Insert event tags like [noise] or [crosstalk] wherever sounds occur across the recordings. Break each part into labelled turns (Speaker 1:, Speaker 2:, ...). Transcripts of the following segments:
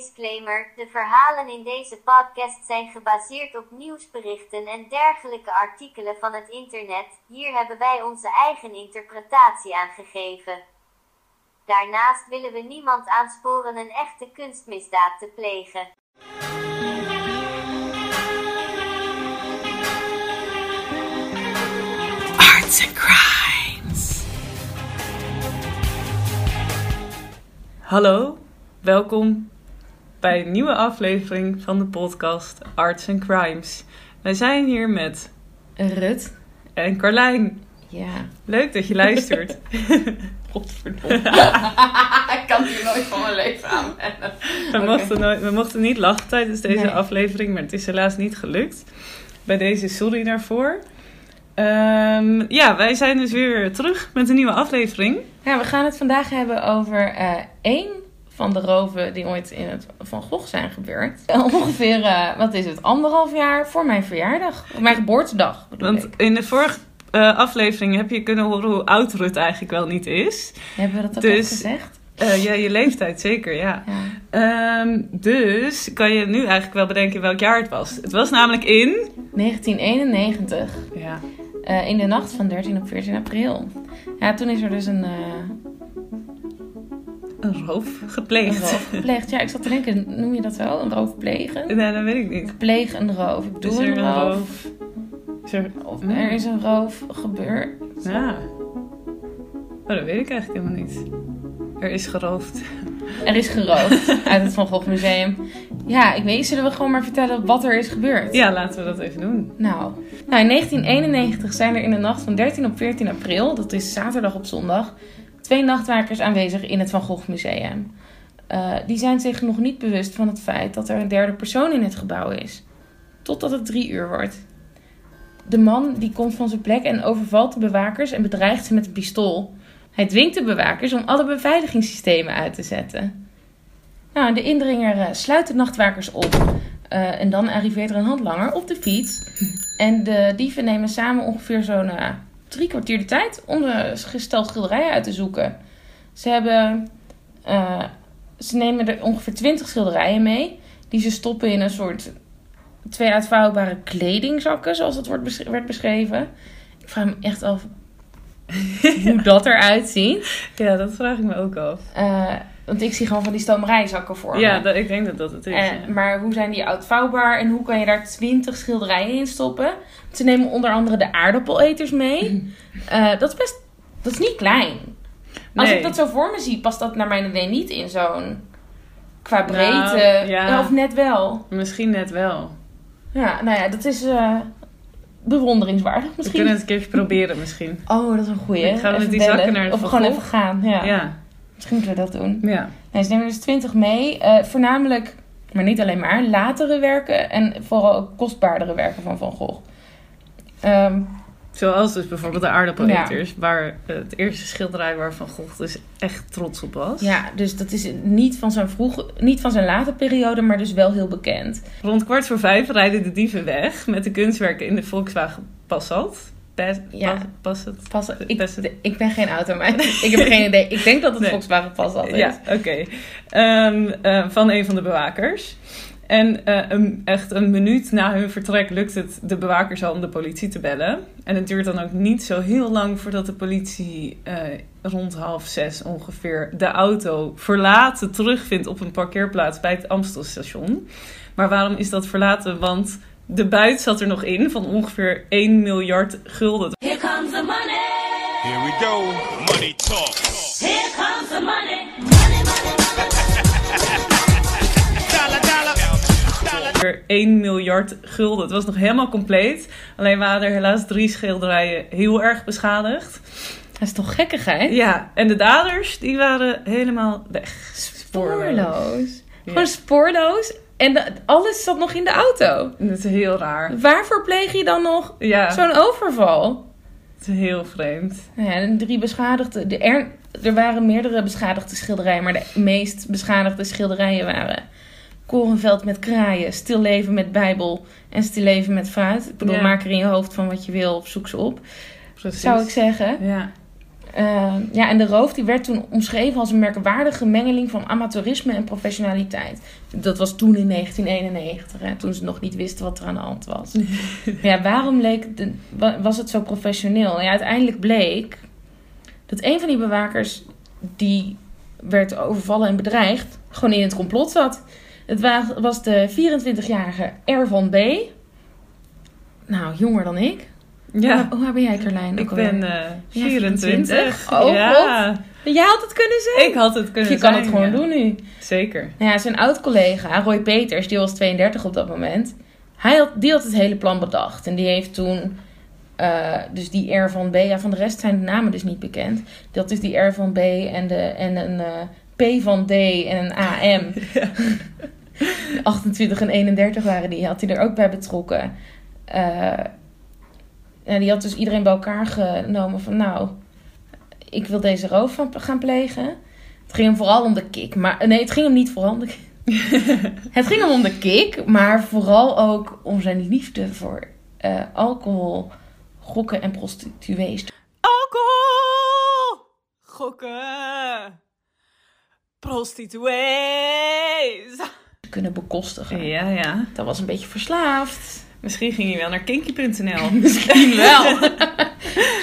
Speaker 1: Disclaimer: de verhalen in deze podcast zijn gebaseerd op nieuwsberichten en dergelijke artikelen van het internet. Hier hebben wij onze eigen interpretatie aan gegeven. Daarnaast willen we niemand aansporen een echte kunstmisdaad te plegen.
Speaker 2: Arts and Crimes. Hallo, welkom bij een nieuwe aflevering van de podcast Arts and Crimes. Wij zijn hier met
Speaker 3: Rut.
Speaker 2: en Carlijn.
Speaker 3: Ja.
Speaker 2: Leuk dat je [laughs] luistert.
Speaker 3: [laughs] Ik kan hier nooit van mijn leven aan.
Speaker 2: We, mochten nooit- we mochten niet lachen tijdens deze
Speaker 3: Nee.
Speaker 2: aflevering, maar het is helaas niet gelukt. Bij deze sorry daarvoor. Ehm, ja, wij zijn dus weer terug met een nieuwe aflevering.
Speaker 3: Ja, we gaan het vandaag hebben over eh, één van de roven die ooit in het Van Gogh zijn gebeurd. [laughs] Ongeveer, eh, wat is het, anderhalf jaar voor mijn verjaardag. Of mijn geboortedag bedoel
Speaker 2: Want
Speaker 3: ik.
Speaker 2: in de vorige eh, aflevering heb je kunnen horen hoe oud Rut eigenlijk wel niet is.
Speaker 3: Hebben we dat ook
Speaker 2: dus-
Speaker 3: echt gezegd?
Speaker 2: Eh, ja, je leeftijd zeker, ja.
Speaker 3: Ja.
Speaker 2: Ehm, dus kan je nu eigenlijk wel bedenken welk jaar het was. Het was namelijk in...
Speaker 3: 1991.
Speaker 2: Ja.
Speaker 3: eh, in de nacht van 13 op 14 april. Ja, toen is er dus een, eh,
Speaker 2: Een roof
Speaker 3: een
Speaker 2: gepleegd.
Speaker 3: roof gepleegd. Ja, ik zat te denken, noem je dat zo? Een roof plegen?
Speaker 2: [laughs] nee, dat weet ik niet.
Speaker 3: Pleeg een roof. Ik doe
Speaker 2: Is er
Speaker 3: een roof.
Speaker 2: Is er...
Speaker 3: Of
Speaker 2: Mm.
Speaker 3: er is een roof gebeurd.
Speaker 2: Ja. Oh, dat weet ik eigenlijk helemaal niet. Er is geroofd.
Speaker 3: Er is geroofd uit het Van Gogh Museum. Ja, ik weet, zullen we gewoon maar vertellen wat er is gebeurd?
Speaker 2: Ja, laten we dat even doen.
Speaker 3: Nou, nou, in 1991 zijn er in de nacht van 13 op 14 april, dat is zaterdag op zondag, twee nachtwakers aanwezig in het Van Gogh Museum. Eh, die zijn zich nog niet bewust van het feit dat er een derde persoon in het gebouw is. Totdat het drie uur wordt. De man die komt van zijn plek en overvalt de bewakers en bedreigt ze met een pistool. Hij dwingt de bewakers om alle beveiligingssystemen uit te zetten. Nou, de indringer eh, sluit de nachtwakers op. Eh, en dan arriveert er een handlanger op de fiets en de dieven nemen samen ongeveer zo'n eh, drie kwartier de tijd om de gesteld schilderijen uit te zoeken. Ze, hebben, eh, ze nemen er ongeveer twintig schilderijen mee, die ze stoppen in een soort twee uitvouwbare kledingzakken, zoals dat wordt besch- werd beschreven. Ik vraag me echt af hoe dat eruit ziet.
Speaker 2: Ja, dat vraag ik me ook af.
Speaker 3: Eh, want ik zie gewoon van die stomerijzakken voor
Speaker 2: Ja,
Speaker 3: me.
Speaker 2: dat, ik denk dat dat het is.
Speaker 3: Eh,
Speaker 2: ja.
Speaker 3: maar hoe zijn die uitvouwbaar en hoe kan je daar twintig schilderijen in stoppen? Ze nemen onder andere de aardappeleters
Speaker 2: [laughs]
Speaker 3: mee. Eh, dat is best, dat is niet klein. Als
Speaker 2: Nee.
Speaker 3: ik dat zo voor me zie, past dat naar mijn idee niet in zo'n qua
Speaker 2: Nou,
Speaker 3: breedte.
Speaker 2: ja.
Speaker 3: Eh, Of net wel.
Speaker 2: Misschien net wel.
Speaker 3: Ja, nou ja, dat is eh, bewonderingswaardig
Speaker 2: We
Speaker 3: misschien.
Speaker 2: kunnen het een keertje proberen misschien.
Speaker 3: Oh, dat is een goeie.
Speaker 2: Dan gaan we
Speaker 3: Even
Speaker 2: met die zakken
Speaker 3: bellen.
Speaker 2: naar het
Speaker 3: Of
Speaker 2: Van
Speaker 3: gewoon
Speaker 2: Gogh.
Speaker 3: even gaan. Ja.
Speaker 2: Ja.
Speaker 3: Misschien moeten we dat doen.
Speaker 2: Ja.
Speaker 3: Nee, ze nemen dus 20 mee. eh, voornamelijk, maar niet alleen maar, latere werken en vooral ook kostbaardere werken van Van Gogh. Ehm,
Speaker 2: Zoals dus bijvoorbeeld de aardappeleters, waar eh, het eerste schilderij waarvan Gogh dus echt trots op was.
Speaker 3: ja, dus dat is niet van zijn vroege, niet van zijn late periode, maar dus wel heel bekend.
Speaker 2: Rond kwart voor vijf rijden de dieven weg met de kunstwerken in de Volkswagen Passat. Pas,
Speaker 3: Ja.
Speaker 2: pas- Passat.
Speaker 3: Pas, ik,
Speaker 2: Best-
Speaker 3: de- ik ben geen
Speaker 2: [laughs]
Speaker 3: automaat. ik heb geen idee. Ik denk dat het
Speaker 2: Nee.
Speaker 3: Volkswagen pas had.
Speaker 2: Ja, oké. Ehm, eh, van een van de bewakers. En eh, een, echt een minuut na hun vertrek lukt het de bewakers al om de politie te bellen. En het duurt dan ook niet zo heel lang voordat de politie eh, rond half zes ongeveer de auto verlaten terugvindt op een parkeerplaats bij het Amstelstation. Maar waarom is dat verlaten? Want de buit zat er nog in van ongeveer 1 miljard gulden.
Speaker 4: Here comes the money.
Speaker 5: Here we go. Money talk.
Speaker 4: Here comes the money. Money, money, money.
Speaker 5: Dollar, dollar. Dollar.
Speaker 2: ongeveer 1 miljard gulden. Het was nog helemaal compleet. Alleen waren er helaas drie schilderijen heel erg beschadigd.
Speaker 3: Dat is toch gekkigheid?
Speaker 2: Ja, en de daders die waren helemaal weg.
Speaker 3: Spoorloos.
Speaker 2: Ja.
Speaker 3: Gewoon spoorloos. En de- alles zat nog in de auto.
Speaker 2: Dat is heel raar.
Speaker 3: Waarvoor pleeg je dan nog
Speaker 2: Ja,
Speaker 3: zo'n overval?
Speaker 2: het is heel vreemd.
Speaker 3: Nou Ja, en drie beschadigde. De er, er waren meerdere beschadigde schilderijen, maar de meest beschadigde schilderijen waren. Korenveld met kraaien, stil leven met Bijbel en stil leven met fruit. Ik bedoel,
Speaker 2: Ja.
Speaker 3: maak er in je hoofd van wat je wil of zoek ze op,
Speaker 2: Precies.
Speaker 3: zou ik zeggen.
Speaker 2: Ja.
Speaker 3: Eh, ja, en de roof die werd toen omschreven als een merkwaardige mengeling van amateurisme en professionaliteit. Dat was toen in 1991, hè, toen ze nog niet wisten wat er aan de hand
Speaker 2: [laughs]
Speaker 3: was. ja, waarom leek de- wa- was het zo professioneel? Ja, uiteindelijk bleek dat een van die bewakers die werd overvallen en bedreigd, gewoon in het complot zat. Het wa- was de 24-jarige R van B. Nou, jonger dan ik.
Speaker 2: Ja,
Speaker 3: Hoe waar ben jij, Carlijn?
Speaker 2: ik
Speaker 3: ook alweer?
Speaker 2: ben eh
Speaker 3: Ja,
Speaker 2: 24.
Speaker 3: Oh,
Speaker 2: ja.
Speaker 3: Jij had het kunnen zeggen.
Speaker 2: Ik had het kunnen
Speaker 3: Je kan
Speaker 2: zijn,
Speaker 3: het gewoon
Speaker 2: ja.
Speaker 3: doen nu.
Speaker 2: Zeker.
Speaker 3: Nou ja, zijn oud-collega, Roy Peters, die was 32 op dat moment. Hij had, die had het hele plan bedacht. En die heeft toen... eh, dus die R van B... Ja, van de rest zijn de namen dus niet bekend. Dat is die R van B en, de, en een eh, P van D en een
Speaker 2: [laughs]
Speaker 3: AM. 28 en 31 waren die. Had hij er ook bij betrokken. Eh, en die had dus iedereen bij elkaar genomen van... Nou, ik wil deze roof van- gaan plegen. Het ging hem vooral om de kick. Maar, nee, het ging hem niet vooral om de kick. het ging hem om de kick, maar vooral ook om zijn liefde voor eh, alcohol, gokken en prostituees.
Speaker 2: Alcohol! Gokken! Prostituees!
Speaker 3: te kunnen bekostigen.
Speaker 2: Ja, ja.
Speaker 3: Dat was een beetje verslaafd.
Speaker 2: Misschien ging je wel naar kinky.nl.
Speaker 3: [laughs]
Speaker 2: [laughs]
Speaker 3: Misschien wel.
Speaker 2: Ah,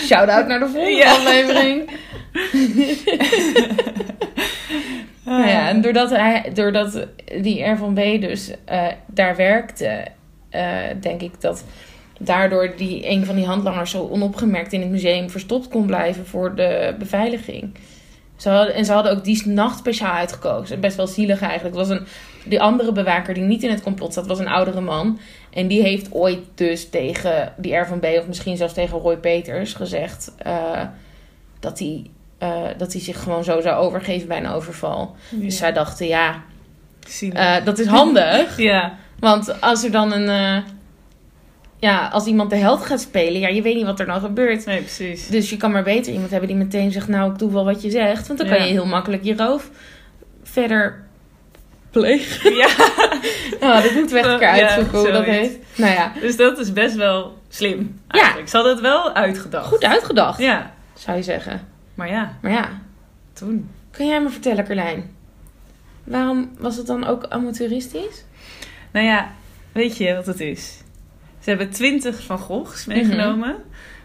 Speaker 3: Shout-out naar de volgende
Speaker 2: Ja.
Speaker 3: aflevering.
Speaker 2: Ah,
Speaker 3: Nou ja, en doordat, hij, doordat die R van B dus eh, daar werkte, eh, denk ik dat daardoor die, een van die handlangers zo onopgemerkt in het museum verstopt kon blijven voor de beveiliging. Ze hadden, en ze hadden ook die nacht speciaal uitgekozen. Best wel zielig eigenlijk. Het was een, die andere bewaker die niet in het complot zat, was een oudere man. En die heeft ooit dus tegen die R van B, of misschien zelfs tegen Roy Peters, gezegd eh, dat hij eh, dat hij zich gewoon zo zou overgeven bij een overval. Dus zij dachten, ja,
Speaker 2: Zielig.
Speaker 3: eh, dat is handig. [laughs]
Speaker 2: Ja,
Speaker 3: Want als er dan een. eh, ja, als iemand de held gaat spelen, ja, je weet niet wat er dan gebeurt.
Speaker 2: nee,
Speaker 3: [laughs]
Speaker 2: precies.
Speaker 3: Dus je kan maar beter iemand hebben die meteen zegt: Nou, ik doe wel wat je zegt. Want dan kan
Speaker 2: Ja.
Speaker 3: je heel makkelijk je roof verder [laughs] plegen.
Speaker 2: Ja,
Speaker 3: Nou, dat moeten we echt een keer
Speaker 2: Ja,
Speaker 3: uitzoeken hoe dat
Speaker 2: zoiets.
Speaker 3: heet. Nou ja,
Speaker 2: dus dat is best wel slim. Eigenlijk. Ze hadden het wel uitgedacht.
Speaker 3: goed uitgedacht,
Speaker 2: Ja,
Speaker 3: zou je zeggen.
Speaker 2: maar ja,
Speaker 3: Maar ja,
Speaker 2: toen.
Speaker 3: kun jij me vertellen, Carlijn? Waarom was het dan ook amateuristisch?
Speaker 2: Nou ja, weet je wat het is? Ze hebben 20 van Goghs
Speaker 3: Mhm.
Speaker 2: meegenomen.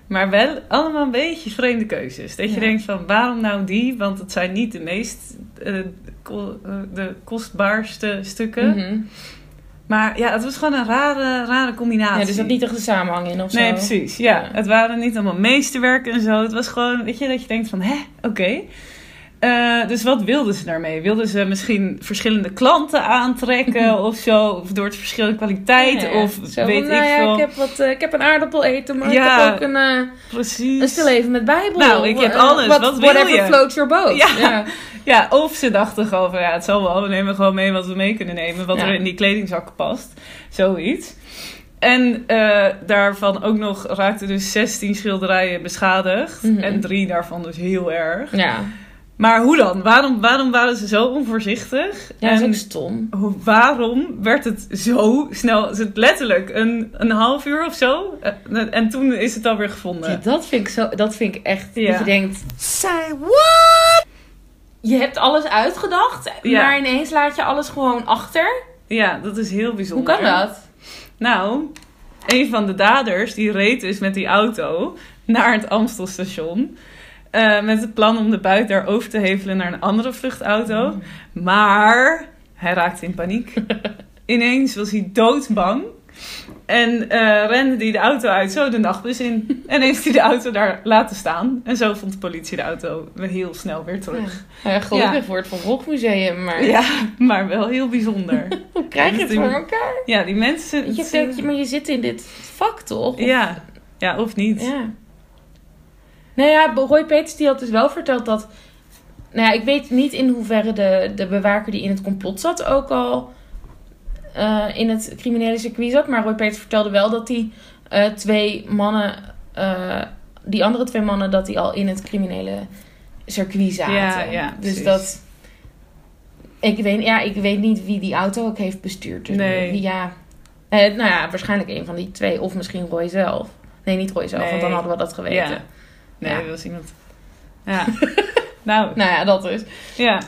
Speaker 2: Maar wel allemaal een beetje vreemde keuzes. Dat je
Speaker 3: Ja.
Speaker 2: denkt van waarom nou die? Want het zijn niet de meest eh, ko- eh, de kostbaarste stukken.
Speaker 3: Mhm.
Speaker 2: Maar ja, het was gewoon een rare, rare combinatie.
Speaker 3: Ja, dus dat niet echt de samenhang in of zo.
Speaker 2: Nee, precies. Ja.
Speaker 3: Ja.
Speaker 2: het waren niet allemaal meesterwerken en zo. Het was gewoon, weet je, dat je denkt van, hè, oké. Eh, dus wat wilden ze daarmee? Wilden ze misschien verschillende klanten aantrekken
Speaker 3: [laughs]
Speaker 2: of zo? Of door het verschil in kwaliteit?
Speaker 3: Ja, ja.
Speaker 2: Of
Speaker 3: Zo
Speaker 2: weet
Speaker 3: van, nou
Speaker 2: ik
Speaker 3: ja,
Speaker 2: veel.
Speaker 3: Ik heb, wat, eh, ik heb een aardappel eten, maar ik
Speaker 2: Ja.
Speaker 3: heb ook een, eh
Speaker 2: Precies.
Speaker 3: een stil even met bijbel.
Speaker 2: Nou, ik heb
Speaker 3: Eh,
Speaker 2: alles.
Speaker 3: Wat,
Speaker 2: Wat wil
Speaker 3: whatever
Speaker 2: je?
Speaker 3: floats your boat.
Speaker 2: Ja. Ja, of ze dachten gewoon van, ja, het zal wel. We nemen gewoon mee wat we mee kunnen nemen. Wat
Speaker 3: Ja.
Speaker 2: er in die kledingzak past. Zoiets. En eh, daarvan ook nog raakten dus 16 schilderijen beschadigd.
Speaker 3: Mhm.
Speaker 2: En drie daarvan dus heel erg.
Speaker 3: Ja,
Speaker 2: Maar hoe dan? Waarom, waarom waren ze zo onvoorzichtig?
Speaker 3: ja dat is
Speaker 2: en
Speaker 3: ook stom.
Speaker 2: hoe- waarom werd het zo snel? Is het letterlijk een, een half uur of zo? Eh, En toen is het alweer gevonden.
Speaker 3: Ja, dat, vind ik zo, dat vind ik echt,
Speaker 2: Ja.
Speaker 3: dat je denkt... Say what? Je hebt alles uitgedacht,
Speaker 2: Ja.
Speaker 3: maar ineens laat je alles gewoon achter.
Speaker 2: Ja, dat is heel
Speaker 3: Hoe
Speaker 2: bijzonder.
Speaker 3: kan dat?
Speaker 2: Nou, een van de daders die reed dus met die auto naar het Amstelstation. eh, met het plan om de buit daar over te hevelen naar een andere vluchtauto.
Speaker 3: Mm.
Speaker 2: Maar hij raakte in
Speaker 3: [laughs]
Speaker 2: paniek. Ineens was hij doodbang. En eh, rende hij de auto uit, zo de nachtbus
Speaker 3: [laughs]
Speaker 2: in. En heeft hij de auto daar laten staan. En zo vond de politie de auto heel snel weer terug.
Speaker 3: Nou ja, gelukkig
Speaker 2: Ja.
Speaker 3: voor het vervolgmuseum, maar
Speaker 2: Ja, maar wel heel bijzonder.
Speaker 3: hoe krijg je het
Speaker 2: Die-
Speaker 3: voor elkaar?
Speaker 2: ja, die mensen...
Speaker 3: Je denkt, maar je zit in dit vak toch?
Speaker 2: ja. ja, of niet.
Speaker 3: Ja. Nou ja, Roy Peters die had dus wel verteld dat... Nou ja, ik weet niet in hoeverre de, de bewaker die in het complot zat ook al eh, in het criminele circuit zat. Maar Roy Peters vertelde wel dat die eh, twee mannen, eh, die andere twee mannen, dat die al in het criminele circuit zaten.
Speaker 2: Ja, ja,
Speaker 3: dus
Speaker 2: precies.
Speaker 3: dat... Ik weet, ja, ik weet niet wie die auto ook heeft bestuurd. Dus
Speaker 2: Nee.
Speaker 3: wie- Ja, eh, nou ja, waarschijnlijk een van die twee. Of misschien Roy zelf. Nee, niet Roy zelf, want dan
Speaker 2: Nee.
Speaker 3: hadden we dat geweten.
Speaker 2: Ja. Nee,
Speaker 3: Ja.
Speaker 2: dat was iemand Ja. nou,
Speaker 3: Nou ja, dat is.
Speaker 2: ja.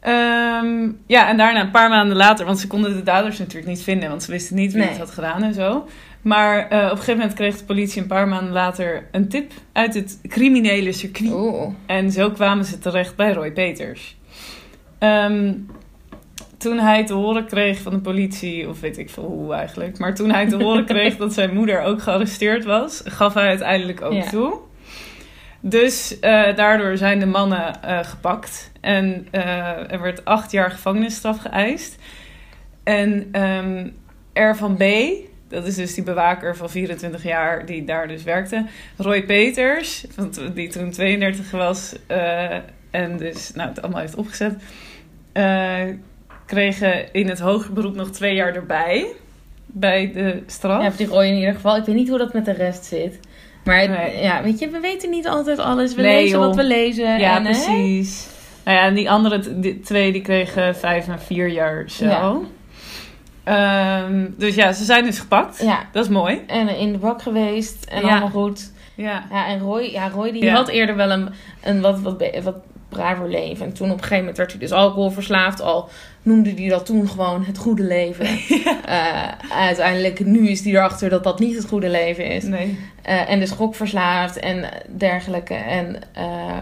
Speaker 2: Ehm, ja, en daarna een paar maanden later, want ze konden de daders natuurlijk niet vinden, want ze wisten niet wie het
Speaker 3: Nee.
Speaker 2: had gedaan en zo. Maar eh, op een gegeven moment kreeg de politie een paar maanden later een tip uit het criminele circuit.
Speaker 3: Oeh.
Speaker 2: En zo kwamen ze terecht bij Roy Peters. Ehm, toen hij te horen kreeg van de politie, of weet ik veel hoe eigenlijk, maar toen hij te horen kreeg dat zijn moeder ook gearresteerd was, gaf hij uiteindelijk ook
Speaker 3: Ja.
Speaker 2: toe. Dus eh, daardoor zijn de mannen eh, gepakt en eh, er werd acht jaar gevangenisstraf geëist. En ehm, R van B, dat is dus die bewaker van 24 jaar die daar dus werkte, Roy Peters, van t- die toen 32 was eh, en dus nou, het allemaal heeft opgezet, eh, kregen in het hoger beroep nog twee jaar erbij bij de straf.
Speaker 3: Ja, of die rode in ieder geval. Ik weet niet hoe dat met de rest zit. Maar
Speaker 2: Nee.
Speaker 3: ja, weet je, we weten niet altijd alles. We
Speaker 2: Nee,
Speaker 3: lezen
Speaker 2: joh.
Speaker 3: wat we lezen.
Speaker 2: Ja,
Speaker 3: en, hè?
Speaker 2: precies. Nou ja, en die andere t- die twee die kregen vijf en vier jaar cel.
Speaker 3: Ja.
Speaker 2: Ehm, dus ja, ze zijn dus gepakt.
Speaker 3: Ja.
Speaker 2: Dat is mooi.
Speaker 3: En in de bak geweest. En
Speaker 2: Ja.
Speaker 3: allemaal goed.
Speaker 2: Ja.
Speaker 3: Ja, en Roy, ja, Roy die
Speaker 2: Ja.
Speaker 3: had eerder wel een, een wat, wat, be- wat braver leven. En toen op een gegeven moment werd hij dus alcoholverslaafd. Al noemde hij dat toen gewoon het goede
Speaker 2: [laughs]
Speaker 3: leven. Eh, uiteindelijk, nu is hij erachter dat dat niet het goede leven is.
Speaker 2: Nee.
Speaker 3: Eh, en dus gokverslaafd en dergelijke. En, eh,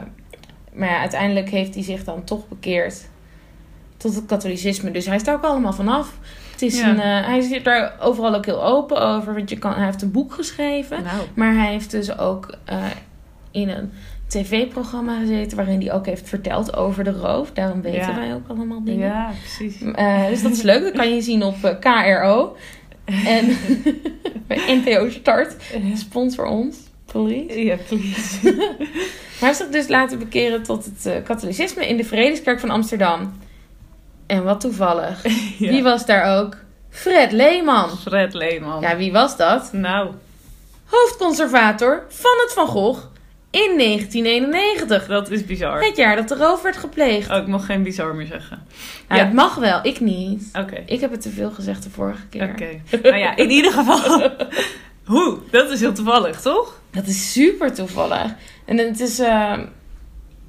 Speaker 3: maar ja, uiteindelijk heeft hij zich dan toch bekeerd tot het katholicisme. Dus hij is daar ook allemaal vanaf. Het is
Speaker 2: Ja.
Speaker 3: een, eh, hij zit daar overal ook heel open over. Want je kan, hij heeft een boek geschreven.
Speaker 2: Nou.
Speaker 3: Maar hij heeft dus ook eh, in een tv-programma gezeten... waarin hij ook heeft verteld over de roof. Daarom weten
Speaker 2: Ja.
Speaker 3: wij ook allemaal dingen.
Speaker 2: Ja, precies.
Speaker 3: Eh, dus dat is leuk. Dat kan je zien op eh, KRO.
Speaker 2: [laughs]
Speaker 3: En [laughs] bij NPO Start. Sponsor ons. Please.
Speaker 2: Ja, please.
Speaker 3: Hij heeft zich dus laten bekeren tot het eh, katholicisme in de Vredeskerk van Amsterdam. En wat toevallig.
Speaker 2: [laughs] Ja.
Speaker 3: Wie was daar ook? Fred Leeman.
Speaker 2: Fred Leeman.
Speaker 3: Ja, wie was dat?
Speaker 2: Nou,
Speaker 3: Hoofdconservator van het Van Gogh in 1991.
Speaker 2: dat is bizar.
Speaker 3: Het jaar dat de roof werd gepleegd.
Speaker 2: Oh, ik mag geen bizar meer zeggen.
Speaker 3: Ja,
Speaker 2: ja.
Speaker 3: het mag wel, ik niet.
Speaker 2: Oké.
Speaker 3: Ik heb het te veel gezegd de vorige keer.
Speaker 2: Oké. Nou ja, in ieder geval. Hoe? Dat is heel toevallig, toch?
Speaker 3: [laughs] Dat is super toevallig. En het is. eh,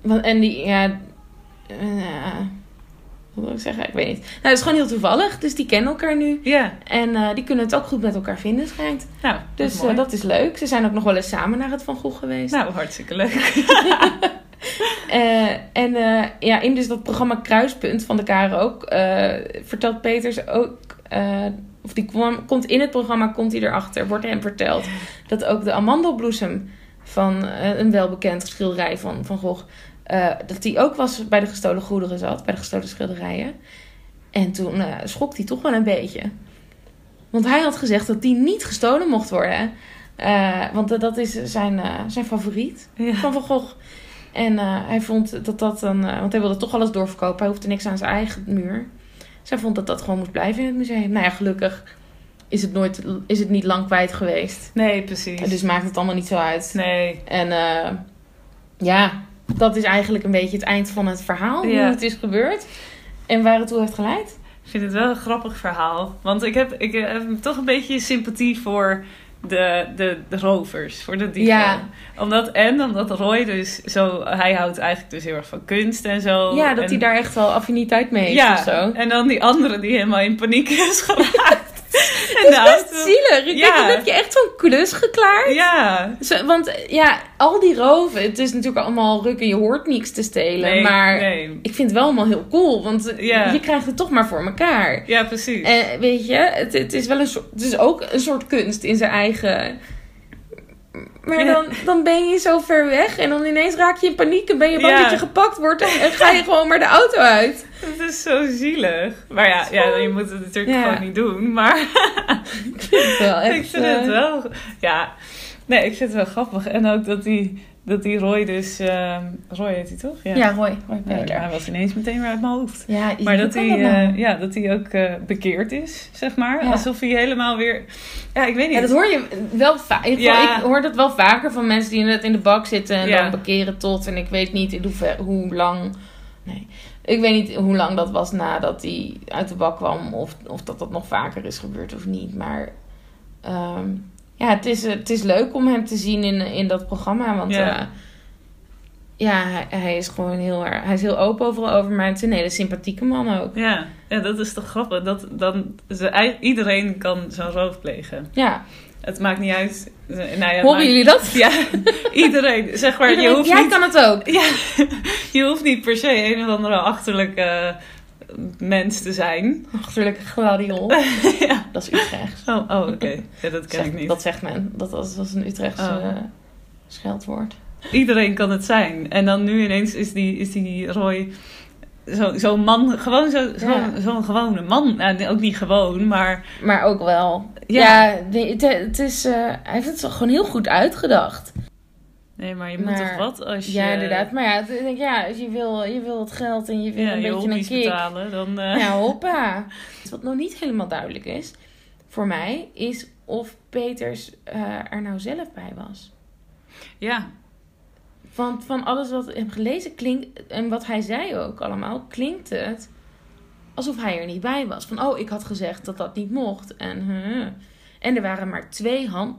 Speaker 3: want en die. Ja. eh, wat wil ik zeggen? Ik weet niet. Nou, het is gewoon heel toevallig. Dus die kennen elkaar nu.
Speaker 2: Ja.
Speaker 3: En eh, die kunnen het ook goed met elkaar vinden, schijnt.
Speaker 2: Nou, dat
Speaker 3: Dus
Speaker 2: is
Speaker 3: eh,
Speaker 2: mooi.
Speaker 3: dat is leuk. Ze zijn ook nog wel eens samen naar het Van Gogh geweest.
Speaker 2: Nou, hartstikke leuk.
Speaker 3: [laughs] Eh, en eh, ja, in dus dat programma Kruispunt van de KRO ook, eh, vertelt Peters ook. eh, of die kwam, komt in het programma, komt hij erachter, wordt hem verteld. Dat ook de amandelbloesem van eh, een welbekend schilderij van Van Gogh. eh, dat die ook was bij de gestolen goederen zat, bij de gestolen schilderijen. En toen eh, schrok hij toch wel een beetje. Want hij had gezegd dat die niet gestolen mocht worden. Eh, want dat- dat is zijn, eh, zijn favoriet
Speaker 2: Ja.
Speaker 3: van Van Gogh. En eh, hij vond dat dat dan... eh, want hij wilde toch alles doorverkopen. Hij hoefde niks aan zijn eigen muur. Zij vond dat dat gewoon moest blijven in het museum. Nou ja, gelukkig is het, nooit, is het niet lang kwijt geweest.
Speaker 2: Nee, precies.
Speaker 3: Dus maakt het allemaal niet zo uit.
Speaker 2: Nee.
Speaker 3: En eh, ja, dat is eigenlijk een beetje het eind van het verhaal.
Speaker 2: Ja.
Speaker 3: Hoe het is gebeurd. En waar het toe heeft geleid.
Speaker 2: Ik vind het wel een grappig verhaal. Want ik heb, ik eh, heb toch een beetje sympathie voor de, de, de rovers, voor de dieven.
Speaker 3: Ja.
Speaker 2: Omdat, en omdat Roy dus zo... Hij houdt eigenlijk dus heel erg van kunst en zo.
Speaker 3: ja, dat
Speaker 2: Oh, en,
Speaker 3: hij daar echt wel affiniteit mee heeft
Speaker 2: Ja,
Speaker 3: of zo.
Speaker 2: en dan die andere die helemaal in paniek is [laughs]
Speaker 3: [laughs]
Speaker 2: geraakt. en
Speaker 3: Dat
Speaker 2: de
Speaker 3: is best
Speaker 2: auto-
Speaker 3: zielig. Ik
Speaker 2: Ja.
Speaker 3: denk, dan heb je echt zo'n klus geklaard.
Speaker 2: Ja.
Speaker 3: Zo, want eh, ja, al die roven, het is natuurlijk allemaal rukken, je hoort niks te stelen.
Speaker 2: Nee,
Speaker 3: maar
Speaker 2: nee.
Speaker 3: ik vind het wel allemaal heel cool, want eh,
Speaker 2: Ja.
Speaker 3: je krijgt het toch maar voor elkaar.
Speaker 2: Ja, precies.
Speaker 3: En weet je, het, het, is wel een soort, het is ook een soort kunst in zijn eigen. Maar
Speaker 2: Ja.
Speaker 3: dan, dan ben je zo ver weg en dan ineens raak je in paniek en ben je bang
Speaker 2: Ja.
Speaker 3: dat je gepakt wordt en, en
Speaker 2: [laughs]
Speaker 3: ga je gewoon maar de auto uit.
Speaker 2: Het is zo zielig. Maar ja, ja je moet het natuurlijk
Speaker 3: Ja.
Speaker 2: gewoon niet doen. Maar [laughs]
Speaker 3: Wel echt,
Speaker 2: ik vind het
Speaker 3: eh,
Speaker 2: wel... Ja, nee, ik vind het wel grappig. En ook dat die, dat die Roy dus... ehm, Roy heet hij toch? Ja,
Speaker 3: Ja, Roy, Roy
Speaker 2: Ja,
Speaker 3: Peter.
Speaker 2: hij was ineens meteen weer uit mijn hoofd.
Speaker 3: Ja,
Speaker 2: Maar
Speaker 3: hoe
Speaker 2: dat
Speaker 3: kan
Speaker 2: hij,
Speaker 3: nou?
Speaker 2: eh, ja, dat hij ook eh, bekeerd is, zeg maar.
Speaker 3: Ja.
Speaker 2: Alsof hij helemaal weer... Ja, ik weet niet.
Speaker 3: Ja, dat hoor je wel vaak.
Speaker 2: Ja.
Speaker 3: Ik hoor dat wel vaker van mensen die inderdaad in de bak zitten en
Speaker 2: Ja.
Speaker 3: dan bekeren tot. En ik weet niet in hoever, hoe lang. Nee. Ik weet niet hoe lang dat was nadat hij uit de bak kwam. Of, of dat dat nog vaker is gebeurd of niet. Maar ehm, ja, het is, eh, het is leuk om hem te zien in, in dat programma. Want
Speaker 2: Ja.
Speaker 3: eh, ja, hij, hij is gewoon heel erg. Hij is heel open overal over, maar het is een hele sympathieke man ook.
Speaker 2: Ja, ja dat is toch grappig. Dat, dan, ze, ei- iedereen kan zo'n roof plegen.
Speaker 3: Ja,
Speaker 2: Het maakt niet uit. eh, Nou ja,
Speaker 3: horen
Speaker 2: maakt-
Speaker 3: jullie dat?
Speaker 2: Ja, [laughs] iedereen. Zeg maar,
Speaker 3: Iedereen-
Speaker 2: je hoeft,
Speaker 3: jij
Speaker 2: niet,
Speaker 3: kan het ook.
Speaker 2: [laughs] ja, je hoeft niet per se een of andere achterlijke eh, mens te zijn.
Speaker 3: Achterlijke gladiol.
Speaker 2: [laughs] ja.
Speaker 3: Dat is Utrecht.
Speaker 2: Oh, oh oké. Ja, dat ken ik niet.
Speaker 3: Dat zegt men. Dat was, was een Utrechtse
Speaker 2: Oh.
Speaker 3: eh, scheldwoord.
Speaker 2: Iedereen kan het zijn. En dan nu ineens is die, is die Roy zo- zo'n man, gewoon zo- zo'n
Speaker 3: Ja.
Speaker 2: zo'n gewone man. Nou, ook niet gewoon, maar
Speaker 3: Maar ook wel.
Speaker 2: Ja.
Speaker 3: Ja, nee, het, het is, eh, hij heeft het gewoon heel goed uitgedacht.
Speaker 2: nee, maar je moet
Speaker 3: Maar-
Speaker 2: toch wat als Dus je...
Speaker 3: Ja, inderdaad. Maar ja, het- ik denk, ja als je wil, je wil het geld en je wil
Speaker 2: Ja, je
Speaker 3: een beetje een
Speaker 2: hobby's
Speaker 3: kick.
Speaker 2: betalen, dan... eh, [laughs]
Speaker 3: Ja, hoppa. Wat nog niet helemaal duidelijk is voor mij, is of Peters eh, er nou zelf bij was.
Speaker 2: ja.
Speaker 3: Want van alles wat ik heb gelezen klinkt, en wat hij zei ook allemaal, klinkt het alsof hij er niet bij was. Van, oh, ik had gezegd dat dat niet mocht. En, huh. en er waren maar twee hand...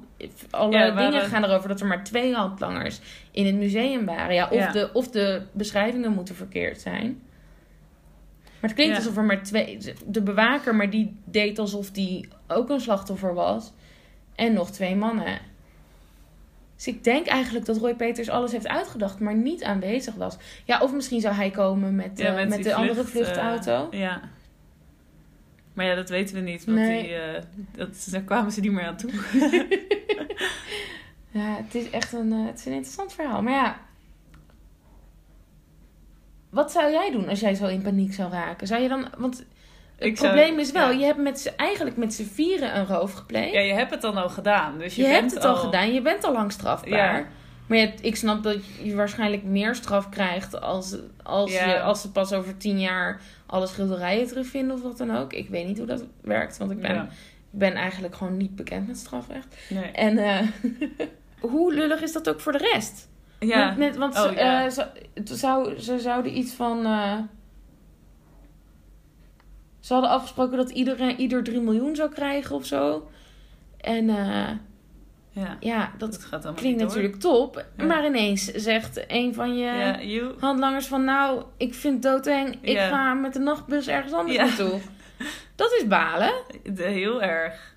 Speaker 3: Alle
Speaker 2: Ja, er waren-
Speaker 3: dingen gaan erover dat er maar twee handlangers in het museum waren. Ja, of,
Speaker 2: Ja.
Speaker 3: De, of de beschrijvingen moeten verkeerd zijn. Maar het klinkt
Speaker 2: Ja.
Speaker 3: alsof er maar twee... De bewaker, maar die deed alsof die ook een slachtoffer was. En nog twee mannen. Dus ik denk eigenlijk dat Roy Peters alles heeft uitgedacht, maar niet aanwezig was. Ja, of misschien zou hij komen met,
Speaker 2: Ja,
Speaker 3: eh, met,
Speaker 2: die
Speaker 3: de andere
Speaker 2: vlucht, eh,
Speaker 3: vluchtauto.
Speaker 2: ja. Maar ja, dat weten we niet, want
Speaker 3: Nee.
Speaker 2: die, eh, dat, daar kwamen ze niet meer aan toe.
Speaker 3: Ja, het is echt een, eh, het is een interessant verhaal. Maar ja, wat zou jij doen als jij zo in paniek zou raken? Zou je dan, want het
Speaker 2: Ik zou-
Speaker 3: probleem is wel,
Speaker 2: ja.
Speaker 3: je hebt met z'n- eigenlijk met z'n vieren een roof gepleegd.
Speaker 2: Ja, je hebt het dan al gedaan. Dus
Speaker 3: je
Speaker 2: je, bent
Speaker 3: hebt het al gedaan, je bent al lang strafbaar.
Speaker 2: Ja.
Speaker 3: Maar je hebt- ik snap dat je waarschijnlijk meer straf krijgt als, als,
Speaker 2: Ja.
Speaker 3: je, als ze pas over tien jaar alle schilderijen terugvinden of wat dan ook. Ik weet niet hoe dat werkt, want ik ben,
Speaker 2: Ja.
Speaker 3: ik ben eigenlijk gewoon niet bekend met strafrecht.
Speaker 2: Nee.
Speaker 3: En eh, [laughs] hoe lullig is dat ook voor de rest?
Speaker 2: Ja.
Speaker 3: Met, met- want
Speaker 2: Oh,
Speaker 3: ze,
Speaker 2: ja.
Speaker 3: eh, ze- het zou, ze zouden iets van. eh, ze hadden afgesproken dat iedereen ieder 3 miljoen zou krijgen of zo. En eh,
Speaker 2: ja.
Speaker 3: ja, dat
Speaker 2: Dat gaat allemaal
Speaker 3: Klinkt
Speaker 2: niet door.
Speaker 3: natuurlijk top,
Speaker 2: Ja.
Speaker 3: maar ineens zegt een van je
Speaker 2: Ja, you.
Speaker 3: handlangers van... Nou, ik vind het doodeng, ik
Speaker 2: Ja.
Speaker 3: ga met de nachtbus ergens anders
Speaker 2: Ja.
Speaker 3: naartoe. Dat is balen.
Speaker 2: De- heel erg.